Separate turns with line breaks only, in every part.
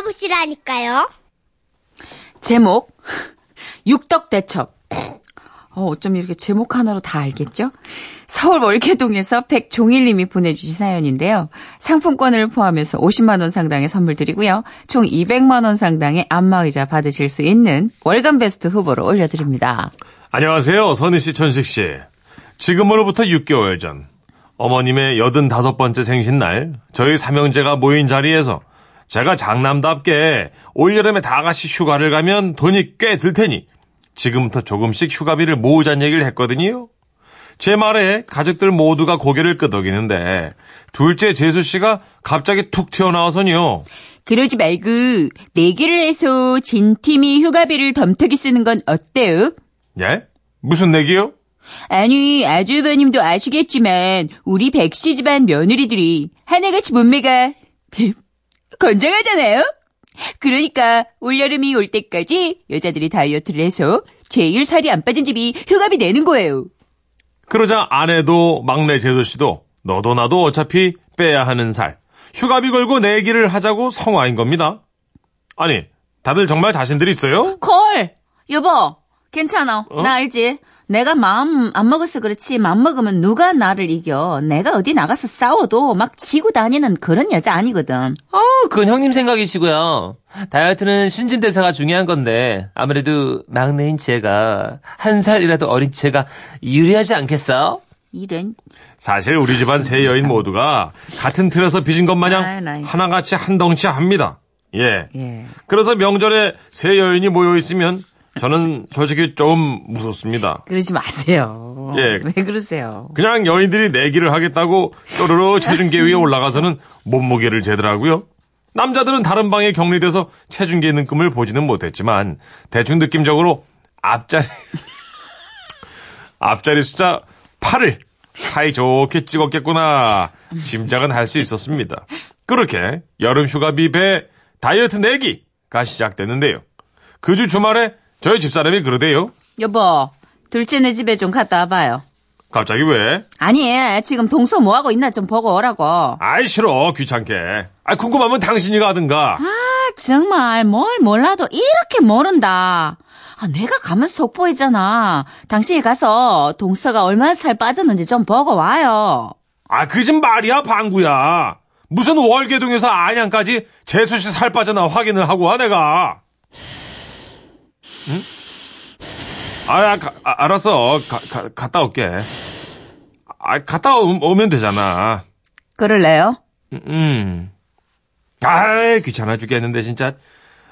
곳이라니까요.
제목 육덕대첩. 어, 어쩜 이렇게 제목 하나로 다 알겠죠? 서울 월계동에서 백종일님이 보내주신 사연인데요. 상품권을 포함해서 50만 원 상당의 선물 드리고요. 총 200만 원 상당의 안마의자 받으실 수 있는 월간 베스트 후보로 올려드립니다.
안녕하세요. 선희 씨, 천식 씨. 지금으로부터 6개월 전 어머님의 85번째 생신날 저희 삼형제가 모인 자리에서 제가 장남답게 올여름에 다 같이 휴가를 가면 돈이 꽤 들 테니 지금부터 조금씩 휴가비를 모으자는 얘기를 했거든요. 제 말에 가족들 모두가 고개를 끄덕이는데 둘째 재수 씨가 갑자기 툭 튀어나와서요.
그러지 말고 내기를 해서 진 팀이 휴가비를 덤터기 쓰는 건 어때요?
예? 무슨 내기요?
아니 아주버님도 아시겠지만 우리 백씨 집안 며느리들이 하나같이 몸매가 건장하잖아요. 그러니까 올여름이 올 때까지 여자들이 다이어트를 해서 제일 살이 안 빠진 집이 휴가비 내는 거예요.
그러자 아내도 막내 재수 씨도 너도 나도 어차피 빼야 하는 살. 휴가비 걸고 내기를 하자고 성화인 겁니다. 아니, 다들 정말 자신들 이 있어요?
콜 여보 괜찮아
어?
나 알지 내가 마음 안 먹어서 그렇지 마음 먹으면 누가 나를 이겨 내가 어디 나가서 싸워도 막 지고 다니는 그런 여자 아니거든
어, 그건 형님 생각이시고요. 다이어트는 신진대사가 중요한 건데 아무래도 막내인 제가 한 살이라도 어린 제가 유리하지 않겠어?
이런
사실 우리 집안 세 여인 모두가 같은 틀에서 빚은 것
아이, 나이.
마냥 하나같이 한덩치 합니다. 예.
예.
그래서 명절에 세 여인이 모여 있으면 저는 솔직히 조금 무섭습니다.
그러지 마세요
예.
왜 그러세요
그냥 여인들이 내기를 하겠다고 쪼르르 체중계 위에 올라가서는 몸무게를 재더라고요. 남자들은 다른 방에 격리돼서 체중계 있는 꿈을 보지는 못했지만 대충 느낌적으로 앞자리 앞자리 숫자 8을 사이좋게 찍었겠구나 짐작은 할 수 있었습니다. 그렇게 여름 휴가비 배 다이어트 내기가 시작됐는데요. 그 주 주말에 저희 집사람이 그러대요.
여보 둘째네 집에 좀 갔다 와봐요
갑자기 왜?
아니 지금 동서 뭐하고 있나 좀 보고 오라고 아
아이 싫어 귀찮게 아 궁금하면 당신이가 하든가
정말 뭘 몰라도 이렇게 모른다 아 내가 가면 속보이잖아 당신이 가서 동서가 얼마나 살 빠졌는지 좀 보고 와요
아 그 집 말이야 방구야 무슨 월계동에서 안양까지 재수 씨 살 빠져나 확인을 하고 와 내가 응? 아, 아, 가- 아, 알았어 가, 가- 갔다 올게 아 갔다 오, 오면 되잖아
그럴래요?
음, 음. 아이 귀찮아 죽겠는데 진짜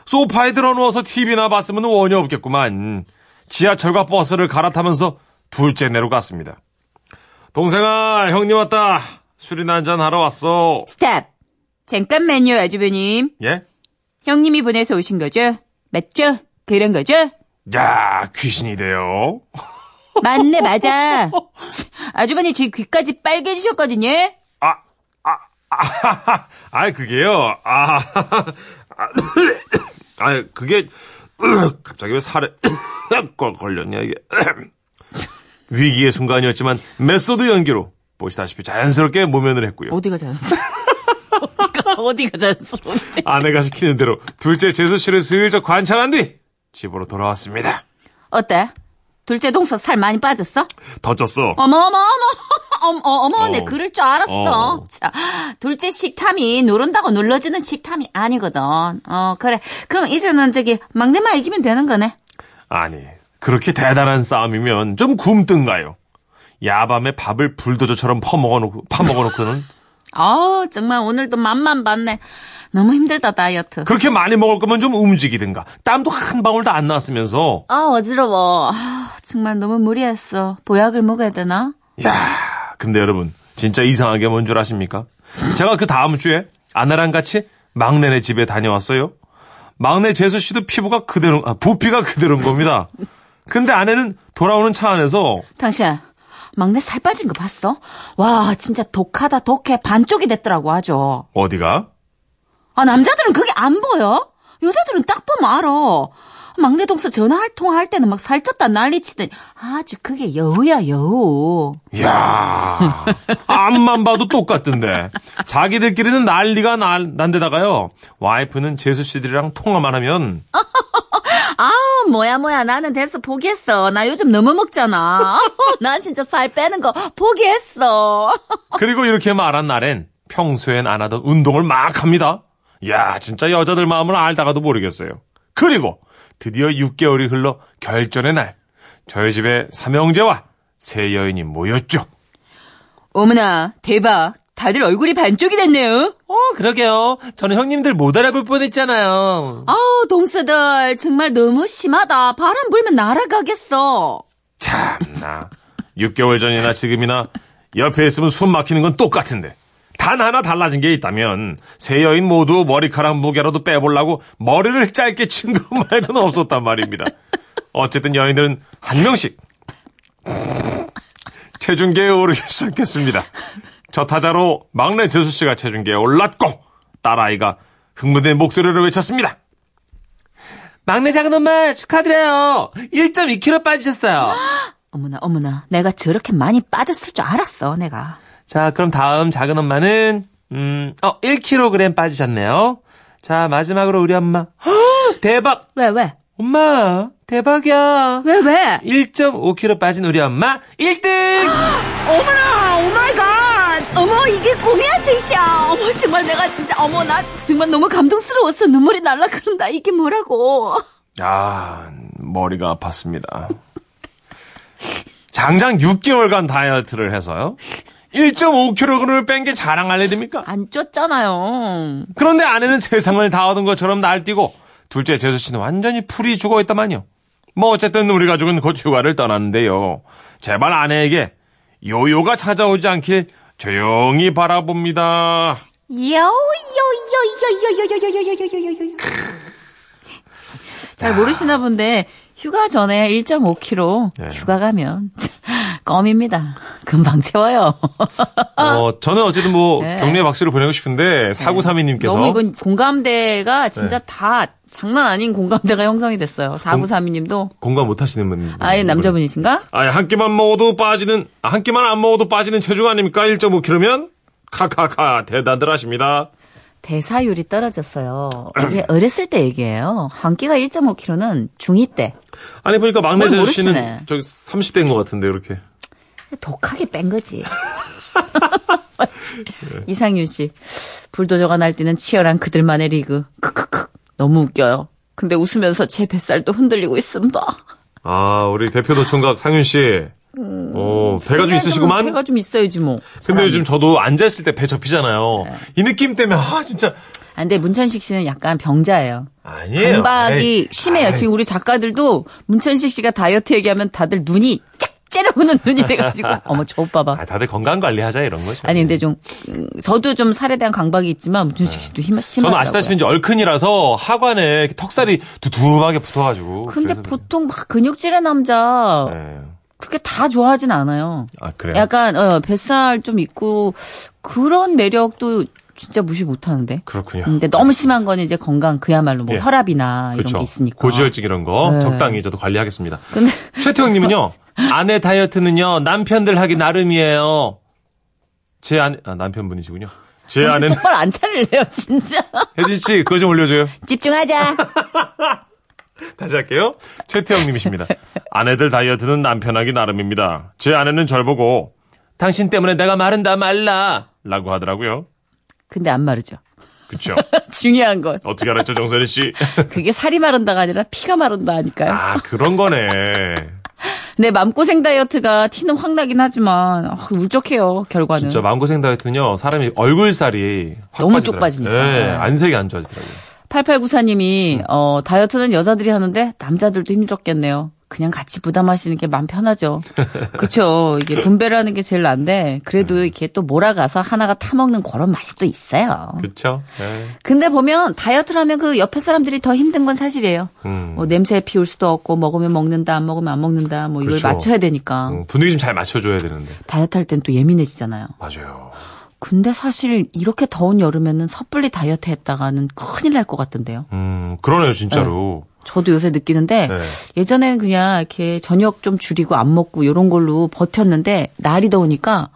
소파에 들어 누워서 TV나 봤으면 원이 없겠구만 지하철과 버스를 갈아타면서 둘째 내로 갔습니다 동생아 형님 왔다 술이나 한잔 하러 왔어
스탑. 잠깐만요, 아주버님.
예?
형님이 보내서 오신 거죠? 맞죠? 그런 거죠?
야 귀신이 돼요
맞네, 맞아. 치, 아주버님 지금 귀까지 빨개지셨거든요?
아, 아, 아, 아, 그게요. 아, 아, 아, 그게 갑자기 왜 살에 걸- 걸렸냐 이게 위기의 순간이었지만 메소드 연기로 보시다시피 자연스럽게 모면을 했고요.
어디가 자연스러워? 어디가, 어디가 자연스러운데?
아내가 시키는 대로 둘째 재수 씨를 슬쩍 관찰한 뒤 집으로 돌아왔습니다.
어때? 둘째 동서 살 많이 빠졌어?
더쪘어.
어머, 어머, 어머. 어머, 어머, 내
어.
그럴 줄 알았어.
어.
자, 둘째 식탐이 누른다고 눌러지는 식탐이 아니거든. 어, 그래. 그럼 이제는 저기 막내만 이기면 되는 거네.
아니, 그렇게 대단한 싸움이면 좀 굶든가요. 야밤에 밥을 불도저처럼 퍼먹어놓고 파먹어놓고는
아우 정말 오늘도 맛만 봤네. 너무 힘들다 다이어트.
그렇게 많이 먹을 거면 좀 움직이든가. 땀도 한 방울도 안 났으면서.
아 어지러워. 아, 정말 너무 무리했어. 보약을 먹어야 되나?
야 아, 근데 여러분, 진짜 이상하게 뭔 줄 아십니까? 제가 그 다음 주에 아내랑 같이 막내네 집에 다녀왔어요. 막내 재수 씨도 피부가 그대로, 아, 부피가 그대로인 겁니다. 근데 아내는 돌아오는 차 안에서
당신 막내 살 빠진 거 봤어? 와 진짜 독하다 독해 반쪽이 됐더라고 아주.
어디가?
아 남자들은 그게 안 보여? 여자들은 딱 보면 알아. 막내 동서 전화 통화할 때는 막 살쪘다 난리 치더니 아주 그게 여우야 여우.
야 앞만 봐도 똑같던데. 자기들끼리는 난리가 난, 난데다가요. 와이프는 재수 씨들이랑 통화만 하면
아우 어, 뭐야 뭐야 나는 됐어 포기했어. 나 요즘 너무 먹잖아. 어, 난 진짜 살 빼는 거 포기했어.
그리고 이렇게 말한 날엔 평소엔 안 하던 운동을 막 합니다. 야, 진짜 여자들 마음을 알다가도 모르겠어요. 그리고 드디어 6개월이 흘러 결전의 날. 저희 집에 삼형제와 세 여인이 모였죠.
어머나 대박. 다들 얼굴이 반쪽이 됐네요.
어, 그러게요. 저는 형님들 못 알아볼 뻔했잖아요.
아우 동서들 정말 너무 심하다. 바람 불면 날아가겠어.
참나. 6개월 전이나 지금이나 옆에 있으면 숨 막히는 건 똑같은데. 단 하나 달라진 게 있다면 세 여인 모두 머리카락 무게라도 빼보려고 머리를 짧게 친 것 말고는 없었단 말입니다. 어쨌든 여인들은 한 명씩 체중계에 오르기 시작했습니다. 저 타자로 막내 재수 씨가 체중계에 올랐고 딸아이가 흥분된 목소리를 외쳤습니다.
막내 작은 엄마 축하드려요. 1.2kg 빠지셨어요.
어머나 어머나 내가 저렇게 많이 빠졌을 줄 알았어 내가.
자, 그럼 다음 작은 엄마는 음, 어, 1kg 빠지셨네요. 자, 마지막으로 우리 엄마. 헉, 대박.
왜 왜?
엄마, 대박이야.
왜 왜?
1.5kg 빠진 우리 엄마 1등!
어머나 오마이갓 어머 이게 꿈이야 셋이야 어머 정말 내가 진짜 어머 나 정말 너무 감동스러웠어 눈물이 날라 그런다 이게 뭐라고
아, 머리가 아팠습니다. 장장 6개월간 다이어트를 해서요. 1.5kg을 뺀 게 자랑할 일입니까?
안 쪘잖아요
그런데 아내는 세상을 다 얻은 것처럼 날뛰고 둘째 재수 씨는 완전히 풀이 죽어 있다만요. 뭐 어쨌든 우리 가족은 곧 휴가를 떠났는데요. 제발 아내에게 요요가 찾아오지 않길 조용히 바라봅니다.
잘 모르시나 본데 휴가 전에 1.5kg
네.
휴가 가면 껌입니다 금방 채워요
어, 저는 어쨌든 뭐
아. 네.
격려의 박수를 보내고 싶은데 사구삼이님께서 네.
너무 이건 공감대가 진짜 다 장난 아닌 공감대가 형성이 됐어요 4932님도
공감 못하시는 분
아예 남자분이신가?
아니 한 끼만 먹어도 빠지는 아, 한 끼만 안 먹어도 빠지는 체중 아닙니까? 1.5kg면 카카카 대단들 하십니다.
대사율이 떨어졌어요. 이게 어렸을 때 얘기예요. 한 끼가 1.5kg는 중2 때
아니 보니까 막내
뭘
재수 씨는
모르시네.
저기 30대인 것 같은데 이렇게.
독하게 뺀 거지. 이상윤 씨 불도저가 날뛰는 치열한 그들만의 리그. 크크크 너무 웃겨요. 근데 웃으면서 제 뱃살도 흔들리고 있습니다.
아 우리 대표도 총각 상윤 씨. 어 배가 좀 있으시구만.
음. 배가 네, 좀 있어야지 뭐.
근데 요즘 저도 앉아 있을 때 배 접히잖아요.
네.
이 느낌 때문에 아 진짜
아, 근데 문천식 씨는 약간 병자예요.
아니에요.
반박이
에이,
심해요.
아이,
지금 우리 작가들도 문천식 씨가 다이어트 얘기하면 다들 눈이 쫙 째려보는 눈이 돼가지고 어머 저 오빠 봐.
아, 다들 건강 관리하자 이런 거죠.
아니 근데 좀 음, 저도 좀 살에 대한 강박이 있지만 문준식 씨도 힘 심하다고요.
네. 저는 아시다시피 이제 얼큰이라서 하관에 이렇게 턱살이 두툼하게 붙어가지고.
근데
그래서
보통 막 근육질의 남자
그래요. 네.
그렇게 다 좋아하진 않아요.
아 그래요.
약간 어, 뱃살 좀 있고 그런 매력도 진짜 무시 못하는데.
그렇군요.
근데 너무 심한 건 이제 건강 그야말로 뭐
예.
혈압이나
그렇죠.
이런 게 있으니까.
고지혈증 이런 거
네.
적당히 저도 관리하겠습니다.
근데
최태형님은요 아내 다이어트는요 남편들 하기 나름이에요. 제 아내 아, 남편분이시군요. 제
정신
아내는
똑바로 안 차릴래요 진짜.
혜진 씨 그거 좀 올려줘요.
집중하자.
다시 할게요. 최태형님이십니다. 아내들 다이어트는 남편 하기 나름입니다. 제 아내는 절 보고 당신 때문에 내가 마른다 말라라고 하더라고요.
근데 안 마르죠.
그렇죠.
중요한 건
어떻게 알았죠 정선희 씨?
그게 살이 마른다가 아니라 피가 마른다 하니까요.
아 그런 거네.
네, 맘고생 다이어트가 티는 확 나긴 하지만 아, 울적해요 결과는.
진짜 마음고생 다이어트는요 사람이 얼굴살이 확
너무
빠지더라고요.
쪽 빠지니까.
네, 안색이 안 좋아지더라고요. 음.
8894님이 어, 다이어트는 여자들이 하는데 남자들도 힘들었겠네요. 그냥 같이 부담하시는 게 마음 편하죠. 그쵸. 이게 분배를 하는 게 제일 난데,
음.
그래도 이렇게 또 몰아가서 하나가 타먹는 그런 맛이 또 있어요.
그렇죠.
근데 보면 다이어트를 하면 그 옆에 사람들이 더 힘든 건 사실이에요.
음.
뭐 냄새 피울 수도 없고, 먹으면 먹는다, 안 먹으면 안 먹는다, 뭐 이걸
그렇죠.
맞춰야 되니까.
분위기 좀 잘 맞춰줘야 되는데.
다이어트 할 땐 또 예민해지잖아요.
맞아요.
근데 사실 이렇게 더운 여름에는 섣불리 다이어트 했다가는 큰일 날 것 같던데요.
음, 그러네요, 진짜로.
저도 요새 느끼는데
네.
예전에는 그냥 이렇게 저녁 좀 줄이고 안 먹고 이런 걸로 버텼는데 날이 더우니까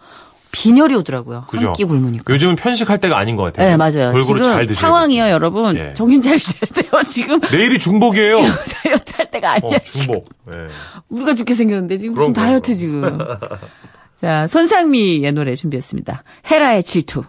빈혈이 오더라고요.
그죠?
한 끼 굶으니까.
요즘은 편식할 때가 아닌 것 같아요.
네, 맞아요.
골고루
지금
잘 드세요.
상황이요, 여러분.
예.
정신 차리셔야 돼요. 지금
내일이 중복이에요.
다이어트 할 때가 아니야.
어, 중복. 예.
우리가 죽게 생겼는데 지금
그럼,
무슨
그럼,
다이어트 지금. 자, 손상미의 노래 준비했습니다. 헤라의 질투.